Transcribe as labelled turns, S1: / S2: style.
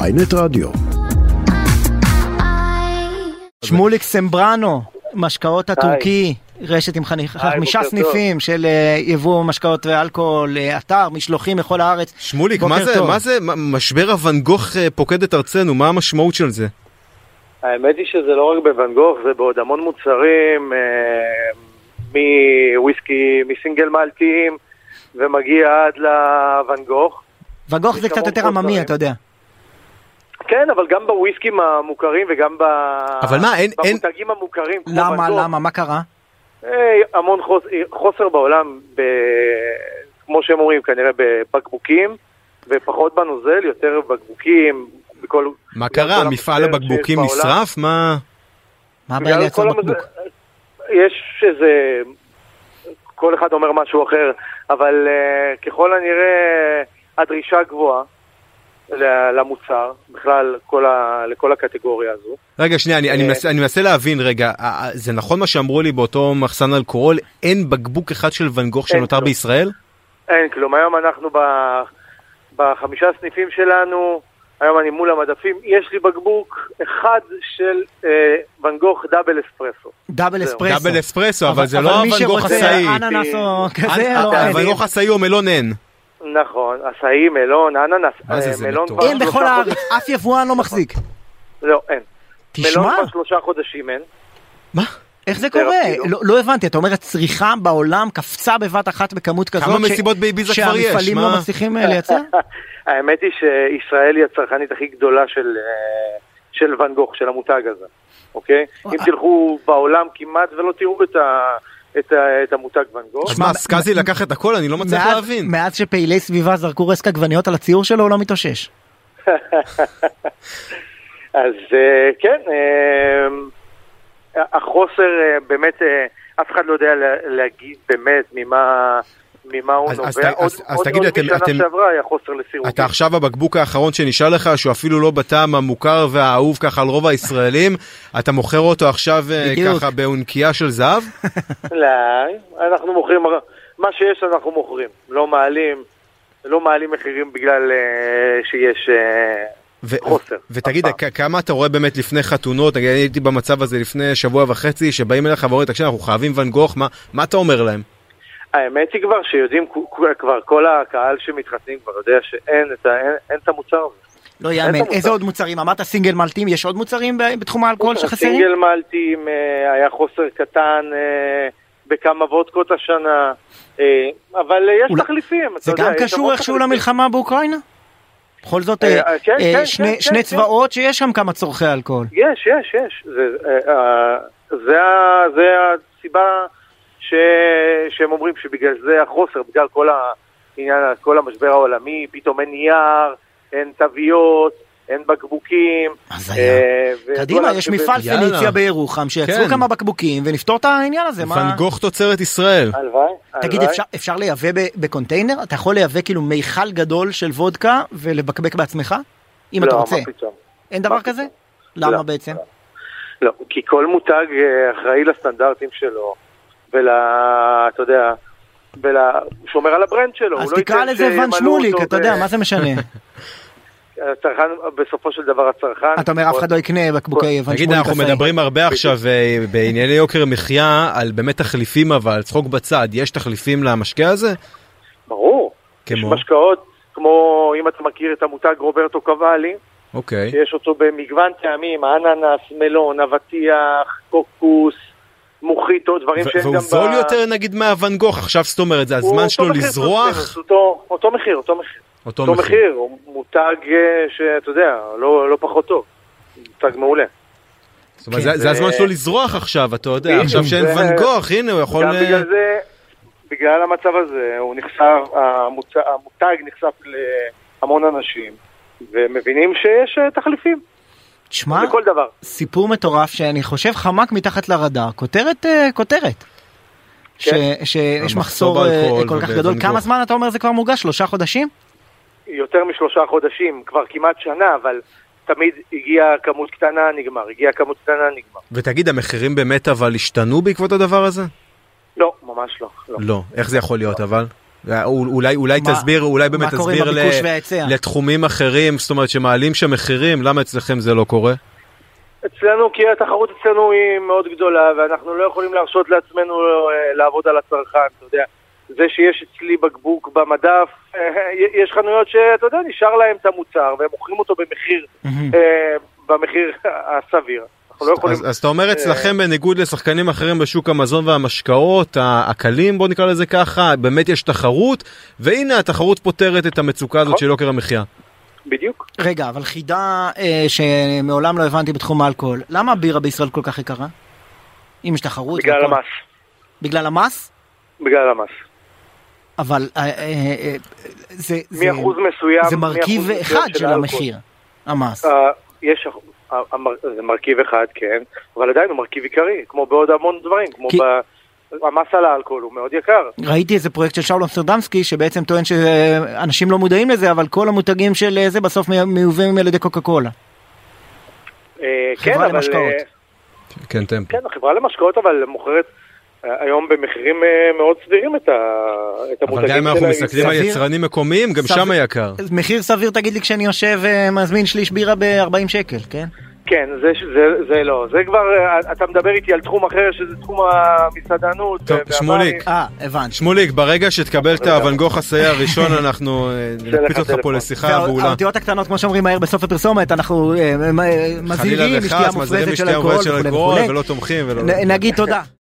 S1: ויינט רדיו.
S2: שמוליק סמברנו, משקאות הטורקי, רשת עם חני-
S3: היי,
S2: חמישה
S3: בוקר
S2: סניפים של אה, יבוא משקאות ואלכוהול, אה, אתר, משלוחים מכל הארץ.
S4: שמוליק,
S2: בוקר
S4: מה זה,
S2: טוב.
S4: מה זה, מה- משבר הוואן גוך אה, פוקד את ארצנו, מה המשמעות של זה?
S3: האמת היא שזה לא רק בוואן גוך, זה בעוד המון מוצרים, אה, מוויסקי, מסינגל מלטיים, ומגיע עד לוואן גוך.
S2: וגוך זה
S3: יש
S2: קצת
S3: המון
S2: יותר עממי,
S3: מוצרים.
S2: אתה יודע.
S3: כן, אבל גם בוויסקים המוכרים וגם ב...
S4: אבל מה, אין- אין-
S3: במותגים המוכרים. כמו
S2: למה,
S3: ואן גוך.
S2: למה, מה קרה?
S3: אה, המון חוס... חוסר בעולם, ב... כמו שהם אומרים, כנראה בבקבוקים, ופחות בנוזל, יותר בקבוקים, בכל...
S4: מה
S3: בגלל כל
S4: קרה, מפעל
S3: המוצר
S4: הבקבוקים
S3: שיש בעולם.
S4: נשרף? מה...
S2: מה הבעיה
S3: בגלל
S2: לייצר
S3: כל
S2: בקבוק?
S3: המז- יש איזה... כל אחד אומר משהו אחר, אבל uh, ככל הנראה הדרישה גבוהה ל- למוצר, בכלל כל ה... לכל הקטגוריה הזו.
S4: רגע, שנייה, אני, אני,
S3: אה.
S4: מנסה, אני מנסה להבין, רגע, אה, אה, זה נכון מה שאמרו לי באותו מחסן אלכוהול, אין בקבוק אחד של ואן גוך
S3: אין
S4: שנותר
S3: כלום.
S4: בישראל?
S3: אין כלום, היום אנחנו ב... בחמישה סניפים שלנו, היום אני מול המדפים, יש לי בקבוק אחד של אה, ואן גוך דאבל אספרסו.
S2: דאבל
S3: זהו.
S2: אספרסו.
S4: דאבל אספרסו, אבל זה לא
S2: מי
S4: הוואן גוך
S2: שרוצה
S4: עשאי.
S2: אננס או כזה,
S4: אה,
S2: לא,
S4: אה,
S2: אין.
S4: הוואן גוך עשאי או מלון אין.
S3: נכון, עשאי, מלון, אננס,
S4: מה זה,
S3: אה,
S4: זה
S3: מלון
S4: מטורף.
S3: כבר
S2: אין בכל
S3: שלושה
S2: הארץ,
S3: חודשים-
S2: אף יבואן
S3: נכון.
S2: לא מחזיק.
S3: לא, אין.
S2: תשמע,
S3: מלון כבר שלושה חודשים אין.
S4: מה?
S2: איך זה
S3: יותר
S2: קורה?
S3: אפילו.
S2: לא- לא הבנתי, אתה אומר הצריכה בעולם קפצה בבת אחת בכמות כזאת,
S4: כמה
S2: ש-
S4: מסיבות באביזה כבר יש?
S2: שהמפעלים לא
S4: מה?
S2: מצליחים אה, לייצר?
S3: האמת היא שישראל היא הצרכנית הכי גדולה של, אה, של ואן גוך, של המותג הזה, אוקיי?
S2: וואו.
S3: אם תלכו בעולם כמעט ולא תראו את, ה, את, ה, את המותג ואן גוך.
S4: אז מה, סקאזי לקח את הכל? אני לא מצליח
S2: מאז-
S4: להבין.
S2: מאז שפעילי סביבה זרקו רסק עגבניות על הציור שלו, הוא לא מתאושש.
S3: אז אה, כן, אה, החוסר אה, באמת, אה, אף אחד לא יודע לה- להגיד באמת ממה... ממה הוא
S4: אז-
S3: נובע,
S4: אז ת-
S3: עוד,
S4: אז- אז
S3: עוד,
S4: תגיד
S3: עוד
S4: לי, אתם-
S3: משנה
S4: אתם-
S3: שעברה היה חוסר
S2: אוקיי.
S3: לסירוגים.
S4: אתה עכשיו הבקבוק האחרון שנשאר לך, שהוא אפילו לא בטעם המוכר והאהוב ככה על רוב הישראלים, אתה מוכר אותו עכשיו אה,
S2: בדיוק.
S4: ככה באונקייה של זהב?
S3: לא, אנחנו מוכרים, מה שיש אנחנו מוכרים, לא מעלים, לא מעלים מחירים בגלל אה, שיש אה,
S4: ו-
S3: חוסר.
S4: ותגיד,
S3: הפעם.
S4: כ- כמה אתה רואה באמת לפני חתונות, נגיד, אני הייתי במצב הזה לפני שבוע וחצי, שבאים אליך ואומרים, תקשיב, אנחנו חייבים ואן גוך, מה- מה אתה אומר להם?
S3: האמת היא כבר שיודעים, כו- כו- כבר כל הקהל שמתחתנים כבר יודע שאין את, ה, אין, אין את המוצר הזה.
S2: לא
S3: את
S2: יאמן.
S3: המוצר.
S2: איזה עוד מוצרים? אמרת סינגל מלטים, יש עוד מוצרים ב- בתחום האלכוהול שחסרים?
S3: אה, סינגל מלטים, אה, היה חוסר קטן אה, בכמה וודקות השנה, אה, אבל אה, יש
S2: אולי-
S3: תחליפים. אתה
S2: זה
S3: יודע,
S2: גם
S3: יש
S2: קשור
S3: המון
S2: איכשהו
S3: תחליפים.
S2: למלחמה באוקראינה? בכל זאת,
S3: אה,
S2: אה,
S3: אה, כן,
S2: אה,
S3: כן,
S2: שני-
S3: כן,
S2: שני
S3: כן,
S2: צבאות שיש שם כמה צורכי אלכוהול.
S3: יש, יש, יש. זה, אה, אה, זה, ה- זה הסיבה ש, שהם אומרים שבגלל זה החוסר, בגלל כל העניין, כל המשבר העולמי, פתאום אין נייר, אין תוויות, אין בקבוקים.
S2: הזיה.
S3: אה, וכל
S2: קדימה,
S3: ה-
S2: יש מפעל
S4: יאללה.
S2: פניציה בירוחם, שיצרו
S4: כן.
S2: כמה בקבוקים ונפתור את העניין הזה. מה-
S4: ואן גוך תוצרת ישראל.
S3: הלוואי, הלוואי.
S2: תגיד, אפשר- אפשר לייבא ב- בקונטיינר? אתה יכול לייבא כאילו מיכל גדול של וודקה ולבקבק בעצמך? אם
S3: לא,
S2: אתה רוצה.
S3: מה פתאום.
S2: אין דבר
S3: מה
S2: כזה?
S3: פתאום.
S2: למה
S3: לא.
S2: בעצם?
S3: לא, כי כל מותג אה, אחראי לסטנדרטים שלו, ול... אתה יודע, ול... הוא שומר על הברנד שלו.
S2: אז
S3: הוא לא
S2: תקרא
S3: ייתן
S2: לזה
S3: שימלאו
S2: ואן שמוליק,
S3: אותו
S2: אתה
S3: ב-
S2: יודע, מה זה משנה?
S3: הצרכן, בסופו של דבר הצרכן...
S2: אתה אומר אף אחד לא יקנה בקבוקי ואן שמוליק.
S4: תגיד, אנחנו
S2: עשאי.
S4: מדברים הרבה עכשיו אה, בענייני יוקר מחיה, על באמת תחליפים, אבל צחוק בצד, יש תחליפים למשקה הזה?
S3: ברור. יש
S4: כמו?
S3: משקאות, כמו אם אתה מכיר את המותג רוברטו קוואלי,
S4: אוקיי.
S3: שיש אותו במגוון טעמים, אננס, מלון, אבטיח, קוקוס, מוחיטו, דברים
S4: ו-
S3: שהם גם...
S4: והוא זול
S3: ב-
S4: יותר נגיד מהוואן גוך, עכשיו זאת אומרת, זה
S3: הוא
S4: הזמן
S3: אותו
S4: שלו
S3: מחיר פלוס
S4: לזרוח,
S3: מינוס, אותו- אותו מחיר, אותו מחיר.
S4: אותו
S3: אותו
S4: מחיר.
S3: מחיר, הוא מותג אה, שאתה יודע, לא לא פחות טוב. מותג מעולה.
S4: זאת אומרת,
S2: כן.
S4: זה- זה הזמן שלו לזרוח עכשיו, אתה יודע,
S3: בדיוק,
S4: עכשיו שאין
S3: זה-
S4: ואן גוך, הנה הוא יכול...
S3: גם
S4: אה,
S3: בגלל זה, בגלל המצב הזה, הוא נחשף, המוצ- המותג נחשף להמון אנשים, ומבינים שיש אה, תחליפים
S2: תשמע,
S3: לכל דבר.
S2: סיפור מטורף שאני חושב חמק מתחת לרדאר, כותרת אה, כותרת. ש-
S3: כן.
S2: שיש
S4: המחסור
S2: מחסור אה,
S4: באלכוהול
S2: כל כך
S4: ובוואן
S2: גדול,
S4: גוך.
S2: כמה זמן אתה אומר זה כבר מוגש? שלושה חודשים?
S3: יותר משלושה חודשים, כבר כמעט שנה, אבל תמיד הגיעה כמות קטנה, נגמר, הגיעה כמות קטנה, נגמר.
S4: ותגיד, המחירים באמת אבל השתנו בעקבות הדבר הזה?
S3: לא, ממש לא. לא.
S4: לא. איך זה יכול להיות אבל? אולי, אולי
S2: מה-
S4: תסביר, אולי באמת
S2: מה קורה עם
S4: תסביר ל-
S2: הביקוש וההיצע?
S4: לתחומים אחרים, זאת אומרת שמעלים שם מחירים, למה אצלכם זה לא קורה?
S3: אצלנו, כי התחרות אצלנו היא מאוד גדולה, ואנחנו לא יכולים להרשות לעצמנו אה, לעבוד על הצרכן, אתה יודע. זה שיש אצלי בקבוק במדף, אה, יש חנויות שאתה יודע, נשאר להם את המוצר, והם מוכרים אותו במחיר,
S2: מהמם.
S3: אה, במחיר הסביר. אנחנו לא יכולים... אה.
S4: אז, אז אתה אומר אצלכם בניגוד לשחקנים אחרים בשוק המזון והמשקאות, ה- הקלים בוא נקרא לזה ככה, באמת יש תחרות, והנה התחרות פותרת את המצוקה הזאת
S3: נכון.
S4: של יוקר המחיה.
S3: בדיוק.
S2: רגע, אבל חידה אה, שמעולם לא הבנתי בתחום האלכוהול, למה הבירה בישראל כל כך יקרה? אם יש תחרות.
S3: בגלל
S2: והכל.
S3: המס.
S2: בגלל המס?
S3: בגלל המס.
S2: אבל אה, אה, אה, זה, זה,
S3: מאחוז מסוים...
S2: זה מרכיב
S3: מאחוז מסוים
S2: אחד של
S3: האלכוהול.
S2: המחיר, המס.
S3: אה, יש... אה, המר- זה מרכיב אחד, כן, אבל עדיין הוא מרכיב עיקרי, כמו בעוד המון דברים, כמו
S2: כי-
S3: ב... המס על האלכוהול הוא מאוד יקר.
S2: ראיתי איזה פרויקט של שאול אמסטרדמסקי שבעצם טוען שאנשים לא מודעים לזה אבל כל המותגים של אה, זה בסוף מיובאים על ידי קוקה קולה.
S3: אה,
S2: חברה
S3: כן, אבל,
S2: למשקאות.
S3: אה,
S4: כן, טמפו.
S3: כן, החברה למשקאות אבל מוכרת אה, היום במחירים אה, מאוד סבירים את, ה... את
S4: אבל
S3: המותגים
S4: גם אם אנחנו
S3: שלה.
S4: מסתכלים על
S2: סביר.
S4: יצרנים מקומיים, גם
S2: סביר.
S4: שם יקר.
S2: מחיר סביר תגיד לי כשאני יושב אה, מזמין שליש בירה ב-40 שקל, כן?
S3: כן, זה, זה, זה לא. זה כבר, אה, אתה מדבר איתי על תחום אחר שזה תחום המסעדנות.
S4: טוב,
S3: אה, והברים.
S4: שמוליק.
S2: אה, הבנתי.
S4: שמוליק, ברגע שתקבל את האבן גוך הסייר הראשון, אנחנו אה, נקפיץ
S3: לך
S4: אותך פה
S3: טלפון.
S4: לשיחה באולם.
S2: האותיות הקטנות כמו שאומרים מהר בסוף הפרסומת אה, אנחנו אה, מ- מ- מזהירים משתייה מופרזת של אלכוהול וכולי
S4: ולא תומכים ולא...
S2: וכולי. נ- נגיד תודה.